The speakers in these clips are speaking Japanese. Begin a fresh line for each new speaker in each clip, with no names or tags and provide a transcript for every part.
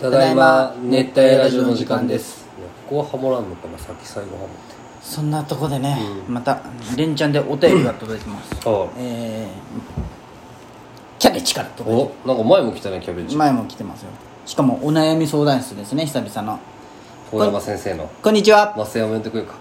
ただいま熱帯ラジオの時間です
ここはハモらんのかなさっき最後ハモっ
そんなとこでね、また連チャンでお便りが届いてます、
て
えー、キャベチから届いて
おなんか前も来たねキャベ
ます
ジ
前も来てますよしかもお悩み相談室ですね久々の
遠山先生の
こんにちは
麻酔をめんとくるか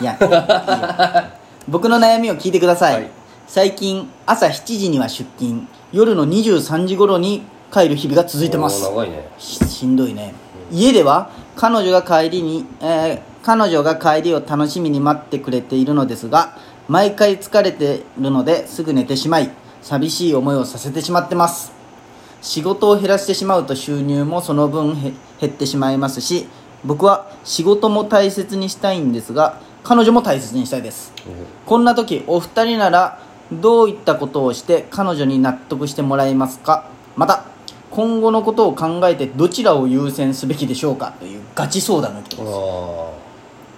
いやいいよ僕の悩みを聞いてください、
はい
最近朝7時には出勤夜の23時頃に帰る日々が続いてます
おー長いね
ししんどいね家では彼女が帰りに、えー彼女が帰りを楽しみに待ってくれているのですが毎回疲れてるのですぐ寝てしまい寂しい思いをさせてしまってます仕事を減らしてしまうと収入もその分へ減ってしまいますし僕は仕事も大切にしたいんですが彼女も大切にしたいですこんな時お二人ならどういったことをして彼女に納得してもらえますかまた今後のことを考えてどちらを優先すべきでしょうかというガチ相談の人
あ
です
あ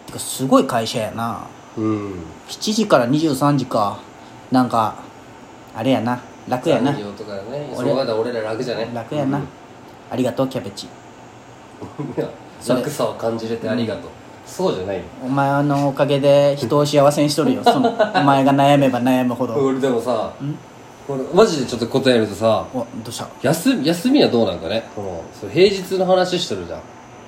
てかすごい会社やな
うん
7時から23時かなんかあれやな楽やな
残業とかね
俺
その方俺ら楽じゃね
楽やな、
うん
ありがとうキャベチ
いや
それ
楽さを感じれてありがとうそうじゃないよ
お前のおかげで人を幸せにしとるよそのお前が悩めば悩むほど
俺でもさ俺マジでちょっと答えるとさ
おどうした
休み休みはどうなんかねこのそう平日の話してるじゃん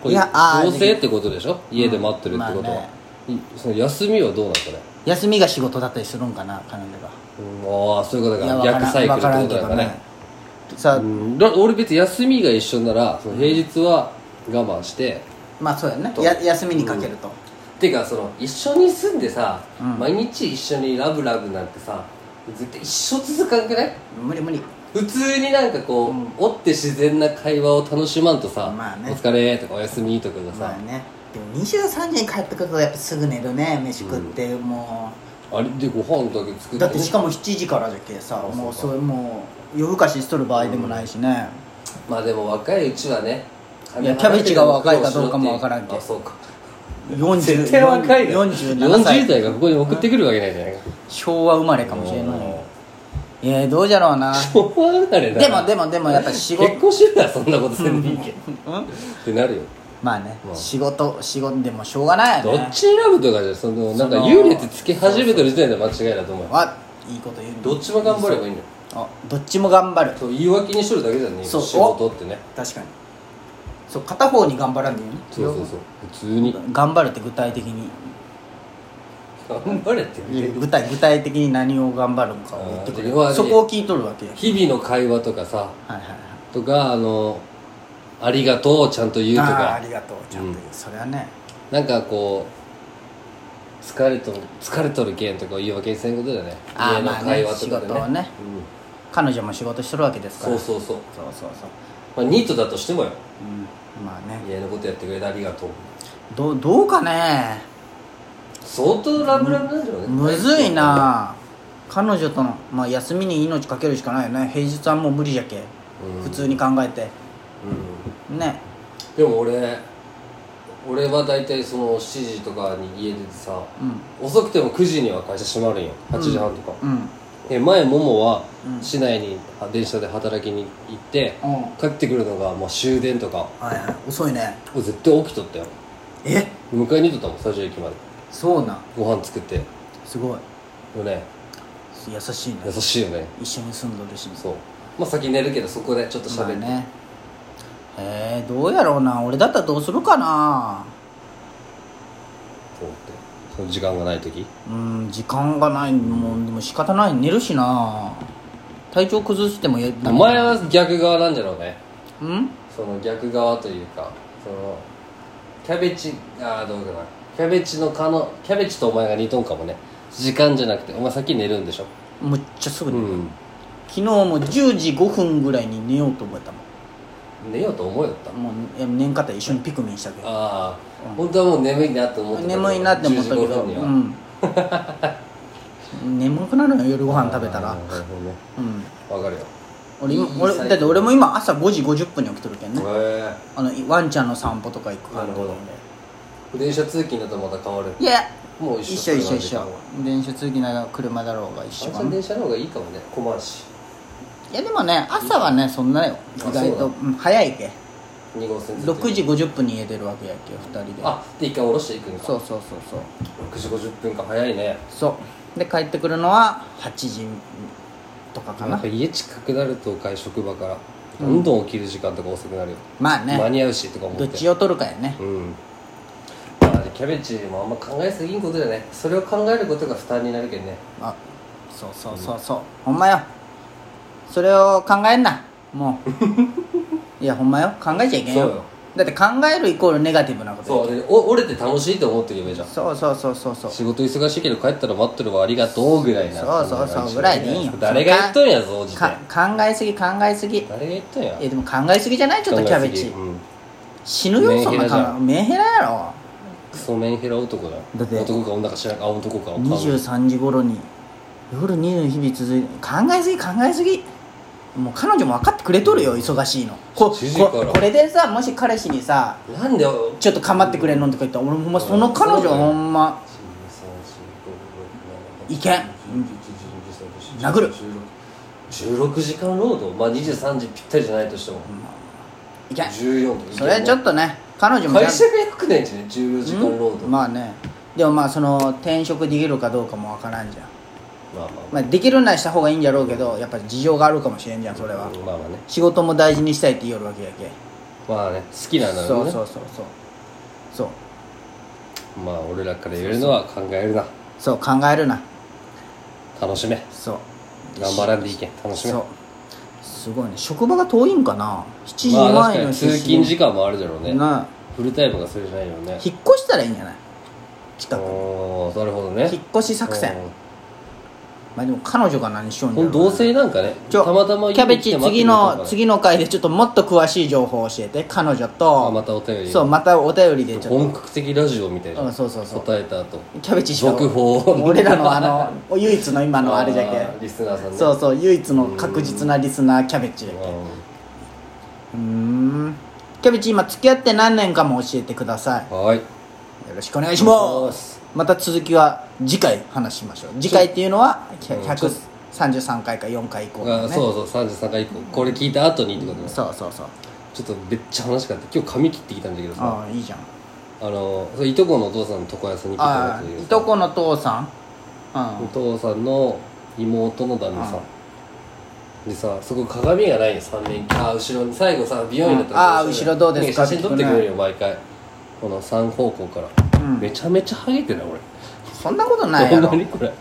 これ
いやあー
同棲ってことでしょ家で待ってるってことは、
まあね
いその休みはどうなんかね
休みが仕事だったりするんかな彼女が
うんああそういうこと
い
か
やわからん
逆サイクルってことだ
わ
からら
んけ
ね
どねさあ、
うんだ俺別に休みが一緒ならその平日は我慢して、
まあそうやね
と
や休みにかけると、
ていうかその一緒に住んでさ、
うん
毎日一緒にラブラブなんてさ絶対一生続かんくない
無理無理
普通になんかこう、
うん
追って自然な会話を楽しまんとさ「
まあね
お疲れ」とか「おやすみ」とかが
ま
さ
あ、ねでも23時に帰ってくるとやっぱすぐ寝るね飯食って、も
あれでご飯だけ作って
うだってしかも7時からじゃけさ
そうそう
もうそれもう夜更かししとる場合でもないしね、
まあでも若いうちはね
いやキャベツが若いかどうかもわからんけ
あそうか
40
絶対若いよ
47
40
歳
代がここに送ってくるわけないじゃないか
昭和生まれかもしれないよいやどうじゃろうな
そうなれだ
でもでもでもやっぱ仕事
結婚してたらそんなことせんでいいけんってなるよ
まあね、
うん
仕事仕事でもしょうがないよ
ど
ね
っち選ぶとかじゃそのなんか
その
優劣つけ始めてる時点で間違いだと思うよ
あいいこと言うね
どっちも頑張ればいいんだよ
あどっちも頑張る
そう言い訳にしとるだけじゃねえ
そう
仕事ってね
確かにそう片方に頑張らんでいいね
そうそうそう普通に
頑張るって具体的に
頑張れって言って
具体具体的に何を頑張るのかを言ってくれ
あー要は
るそこを聞いとるわけよ
日々の会話とかさ
はいはいはい
とかあの「ありがとう」をちゃんと言うと
ああ
か
ありがとうちゃんと言う、
う
それはね
なんかこう疲れとる疲れとるけんとか言い訳にせんことだよね
あー
家の
まあね
会話とかでね,、
仕事をね彼女も仕事しとるわけですか
う
ら
ん、そうそうそう、
そうそうそう
まあ、ニートだとしてもよ
うんまあね
家のことやってくれてありがとう
どうどうかね
相当ラブラブなんだよね、
むずいな彼女との、まあ、休みに命かけるしかないよね平日はもう無理じゃけ、
うん
普通に考えて
う
ね
ん、でも俺俺は大体その7時とかに家出てさ
うん
遅くても9時には会社閉まるんよ8時半とか、
うん
で前ももは
うん
市内にあ電車で働きに行って
うん
帰ってくるのがもう終電とか
はいはい遅いね
俺絶対起きとったよ
え
迎えに行っとったもん最初駅まで
そうなん
ご飯作ってよ
すごい
ね
優しいね
優しいよね
一緒に住んどるし
そうまあ先寝るけどそこでちょっと
まあ
喋って、
ねえー、どうやろうな俺だったらどうするかな
と思ってその時間がない時
うん時間がないもうでも仕方ない寝るしな体調崩してもや
お前は逆側なんじゃろうね
うん
その逆側というかそのキャベチああどうかなキャベチのかのキャベチとお前が似とんかもね時間じゃなくてお前先寝るんでしょ
むっちゃすぐ
う
に、
ん
昨日も10時5分ぐらいに寝ようと思ったも
寝ようと思うよった
んもういや寝んかったら一緒にピクミンしたけど
ああ、本当はもう眠いなって思ってたけど
眠いなって思った
10
け
時
ど
5分には
う ん眠くなるのよ夜ご飯食べた
あ
ら
ーなるほどね
うん
わかるよへ
俺
いい
今俺
最高
だって俺も今朝5時50分に起きとるけんね
え
あのワンちゃんの散歩とか行くから
なるほど電車通勤だとまた変わる
いや
もう
一
一
緒
緒
一緒
時
一
間
緒
は
電車通勤なら車だろうが一緒
あ
か
それ
な
電車の方がいいかもね困るし
いやでもね朝はねそんなよ
あ
意外
そう
とうん早いけ
2号線ずっと
6時50分に家出るわけやっけよ2人で
あで一回下ろしていくんか
そうそうそうそう
6時50分か早いね
そうで帰ってくるのは8時とかか
なん
な
か家近くなると外職場からどんどん起きる時間とか遅くなるよ、
まあ
間
ね
に合うしとか思って
どっちを取るかやね
うんまあキャベチもあんま考えすぎんことだよねそれを考えることが負担になるけんね
あそうそうそうそう、ほんまよそれを考えんなも ういやほんまよ考えちゃいけんよ
そうよ
だって考えるイコールネガティブなこと
そうでお折れて楽しいと思って言えばいいじゃん
そうそうそうそうそう
仕事忙しいけど帰ったら待っとるわありがとうぐらいな
そうそうそうぐらいでいいんよ
誰が言っとんやぞおじて
か
誰
考えすぎ考えすぎい
が言っとんや
やでも考えすぎじゃないちょっとキャベチ、
考えすぎうん
死ぬよ
メン
そん
ヘラ
な
じゃん
考えメンヘラやろ
クソメンヘラ男だよ
だって
男か女か知らんあ男か
23時頃に夜2の日々続いて考えすぎ考えすぎもう彼女も分かってくれとるよ忙しいのこ
7時から
ここれでさもし彼氏にさ
なんで
ちょっと構ってくれんのとか言ったら俺もほんまその彼女はほんまいけん殴る
16時間労働まあ23時ぴったりじゃないとしても
いけん
14とか
それはちょっとね彼女もち
会
ゃん
社がよくないんじゃない14時間労働
とまあねでもまあその転職できるかどうかもわからんじゃん、
まあま
まあ、できるならした方がいいんじゃろうけどやっぱ事情があるかもしれんじゃんそれ
あ
は
まあまあね
仕事も大事にしたいって言うわけやけ
まあね好きなんだ
そ
ろ
う
うね
そうそうそうそう
まあ俺らから言えるのは考えるな
そう考えるな
楽しめ
そう
頑張らんでいいけん楽しめ
そうすごいね職場が遠いんかな7時
まあ確
前
か
の
に通勤時間もあるだろうね
な
フルタイムがそれじゃないよね
引っ越したらいいんじゃない近く
おーなるほどね
引っ越し作戦まあでも彼女が何しよう
うんんこ
じゃ
の同棲なんかね
ちょ
たまたま
キャベチ
家に来て待ってくれ
次
たのか
の
な
次の回でちょっともっと詳しい情報を教えて彼女
あま
と
たお便り
そうまたお便りでちょっ
本格的ラジオみたいな、
うんそうそうそう
答えた後
とキャベチしか
続報
俺らのあの唯一の今のあれじゃ
あー
け
リスナーさんね
そううそう唯一の確実なリスナーキャベチやけ
ん
うーんキャベチ今付き合って何年かも教えてください
はーい
よろしくお願いしますまた続きは次回話しましょう次回っていうのは133回か4回以降
あ
だね
そうそう33回以降これ聞いた後にってことです
そうそうそう
ちょっとめっちゃ話変わって今日髪切ってきたんだけどさ
ああいいじゃん
あのそれいとこのお父さんの床屋さんに来てもら
あ
ったんだけ
あ
ど
い
さ
とこの父さん
お父さんの妹の旦那さんでさそこ鏡がないよ3年ああ後ろに最後さ美容院だった
うんあー後ろどうですか
ね写真撮ってくれるよ毎回この3方向から、
うん
めちゃめちゃハゲてない俺
うんそんなことないや ろ
ほんまにこれ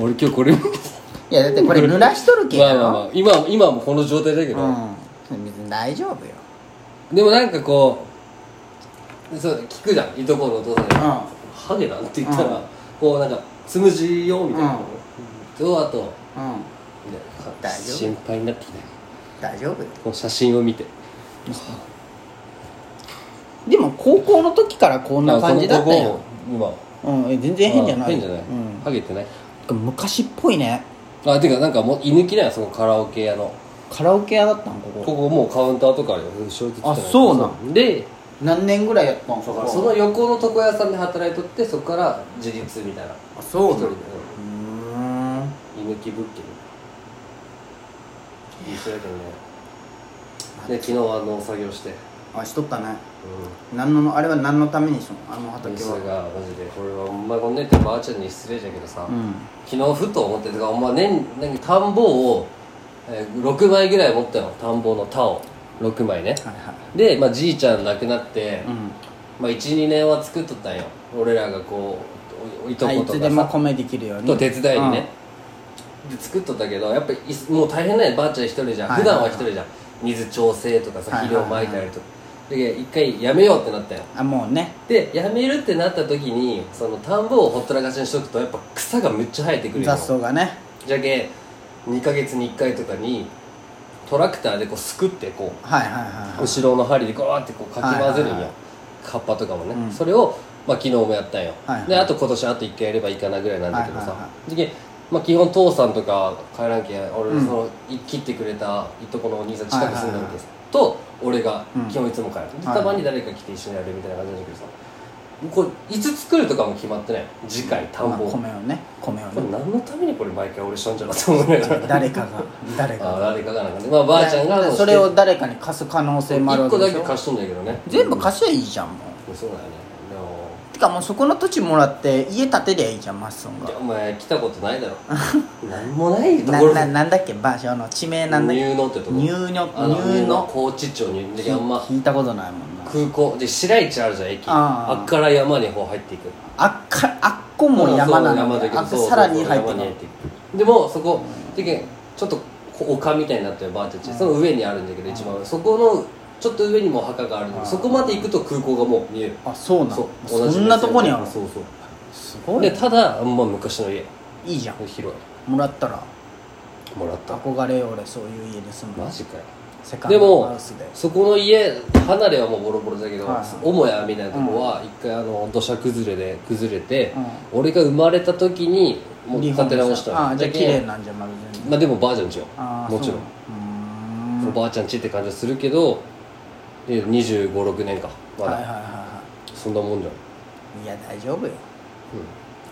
俺今日これ見て
いやだってこれ濡らしとるけ
ま
や
あ
ろ、
まあまあ今は今はもうこの状態だけど、
うん別に大丈夫よ
でもなんかこうそう聞くじゃんいとこのお父さんに「
うん
ハゲなん?」って言ったら、
うん
こうなんか「つむじよ」みたいな、どうあと
うん
みたいな
大丈夫
心配になってきた
大丈夫よ
この写真を見て
でも高校の時からこんな感じだったよ
このここ
うんえ全
今
然変じゃない
あ変じゃない、
うん
ハゲてない
昔っぽいね
あてかなんかもう居抜きだよそのカラオケ屋の
カラオケ屋だったんここ
ここもうカウンターとかあるよ後ろにつけてない
あそうなん
で
何年ぐらいやったんそ
だか
こ
らその横の床屋さんで働いとってそこから自立みたいな
あそ
一人で
うーん
うん居抜き物件一緒だけどねで昨日は農作業して
あしとったね
うん
何のあれは何のためにしとんあの
ミ
畑
ス
は
がマジで俺はお前こんな言ってばあちゃんに失礼じゃけどさ、
うん
昨日ふと思っててかお前年なんか田んぼを、えー6枚ぐらい持ったの田んぼの田を6枚ね
はいはい
で、まあ、じいちゃん亡くなって、
うん
まあ、12年は作っとったんよ俺らがこうおいと
あ
こ
い
と
つ
か
でも
さ
米できるように
と手伝いにね、で作っとったけどやっぱりいすもう大変だよばあちゃん一人じゃん、
はいはい
普
はい
段は一人じゃん水調整とかさ
はい
肥
はいは
料
い
まいてやるとか、で一回やめようってなったよ
うんあもうね
でやめるってなった時にその田んぼをほったらかしにしとくとやっぱ草がめっちゃ生えてくるよ
雑草がね
じゃけ2ヶ月に1回とかにトラクターでこうすくってこ
はいはいは
う
いはい
後ろの針でゴーってこうかき混ぜるん
はいはいは
や
い
カッパとかもね、
うん
それを、まあ、昨日もやったんよ、
はいはい
であと今年あと1回やればいいかなぐらいなんだけど
はいはい
さ
は
じゃけまあ、基本父さんとか帰らんけん俺
う
そ
ん
の、い切ってくれたいとこのお兄さん近く住んでる
はいはい
け
は
どと俺が
うん
基本いつも帰る、で
はい
たまに誰か来て一緒にやるみたいな感じなんだけどさ、これいつ作るとかも決まってない次回田んぼ、
まあ米をね米を
これ
ね
何のためにこれ毎回俺しとんじゃなと思いながら
誰かが誰か
あ
が
誰かがなんかねまあばあちゃんが
それを誰かに貸す可能性もある
1
わけ
個
で
だ
し
け
ょ
貸しとんだけどね
全部貸しゃいいじゃんも
そうだよねでも
うてかもうそこの土地もらって家建てりゃいいじゃんマッソン
い
が
やお前来たことないだろ何もないと
な
ころ
ななんだっけ場所の地名なんだっけ
入能ってとこ
入能
あの
入能
入能高知町入能あんま
聞いたことないもんな
空港で白市あるじゃん駅
ああ
あっから山にこう入っていく
あっかあっこも山な
そう山だ
の
け
に
ど
あっ
そうそう
さらに入って
山
ない
くでもそこでけんちょっとこう丘みたいになってるばあちゃんちその上にあるんだけど一番上そこのちょっと上にも墓があるんだけどそこまで行くと空港がもう見える
あそうな
そ
の
う
そんなとこにある
そうそう
すご
で
い
ただまあ昔の家
いいじゃん
広
もらったら
いもらった
憧れよ俺そういう家で住むの
マジかよ
セカン
で
ドハ
も
ウスで
そこの家離れはもうボロボロだけど、
はいはい
母屋みたいなとこは一回あの土砂崩れで崩れて、
う
俺が生まれた時にもう
リ
建
フォーム
て直したの
あじゃあ
だけ
綺麗なんじゃんまるで
まあでもばあちゃんちよ
あー
もちろん
そうなのうーん
おばあちゃんちって感じはするけど2 5 6年かまだ、
はいはいはいは
そんなもんじゃん、うん、
いいや大丈夫よ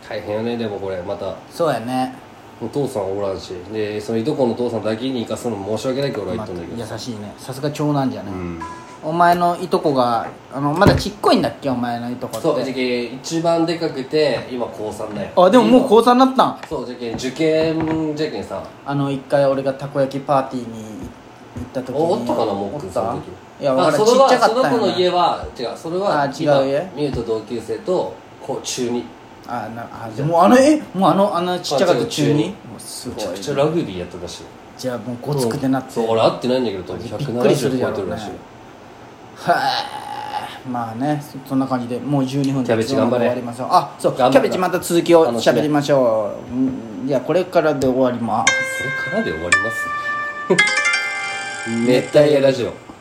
大変よねでもこれまた
そうやね
お父さんおらんしでそのいとこのお父さんだけに行かすのも申し訳ないけど俺は
ま
言っとんだけど、
優しいねさすが長男じゃね、
うん
お前のいとこがあのまだちっこいんだっけお前のいとこって
そうじゃけ一番でかくて今高3だよ
あでももう高3になったん
そうじゃけん受験じゃけんさ
あの一回俺がたこ焼きパーティーに行った時に
おおったかなも
お
っ
っ
くんそ
た
の時
いや
ま
わ
あ
か
そ
る
れ
ちっ
は
ちゃか
そ
った
の子
ん
の家
やな
は違うそれは
あー違う家
今ミューと同級生とこう中二
あなあでもあのえもうあのあのちっちゃかった中に
中
もうす
め
ご
ちゃくちゃ
い
ラグビーやってたし
じゃあもうごつくてなって
そう俺会ってないんだけど多分
びっくりする
170
じゃ
超え
ろう
て
ね
るらしいよ
はあまあねそそんな感じでもう12分
キャベチ頑張れ
終わりましょうあそうキ
頑張
ャ
れ
ベチまた続きを喋りましょううんじゃあこれからで終わります
それからで終わります熱帯夜ラジオ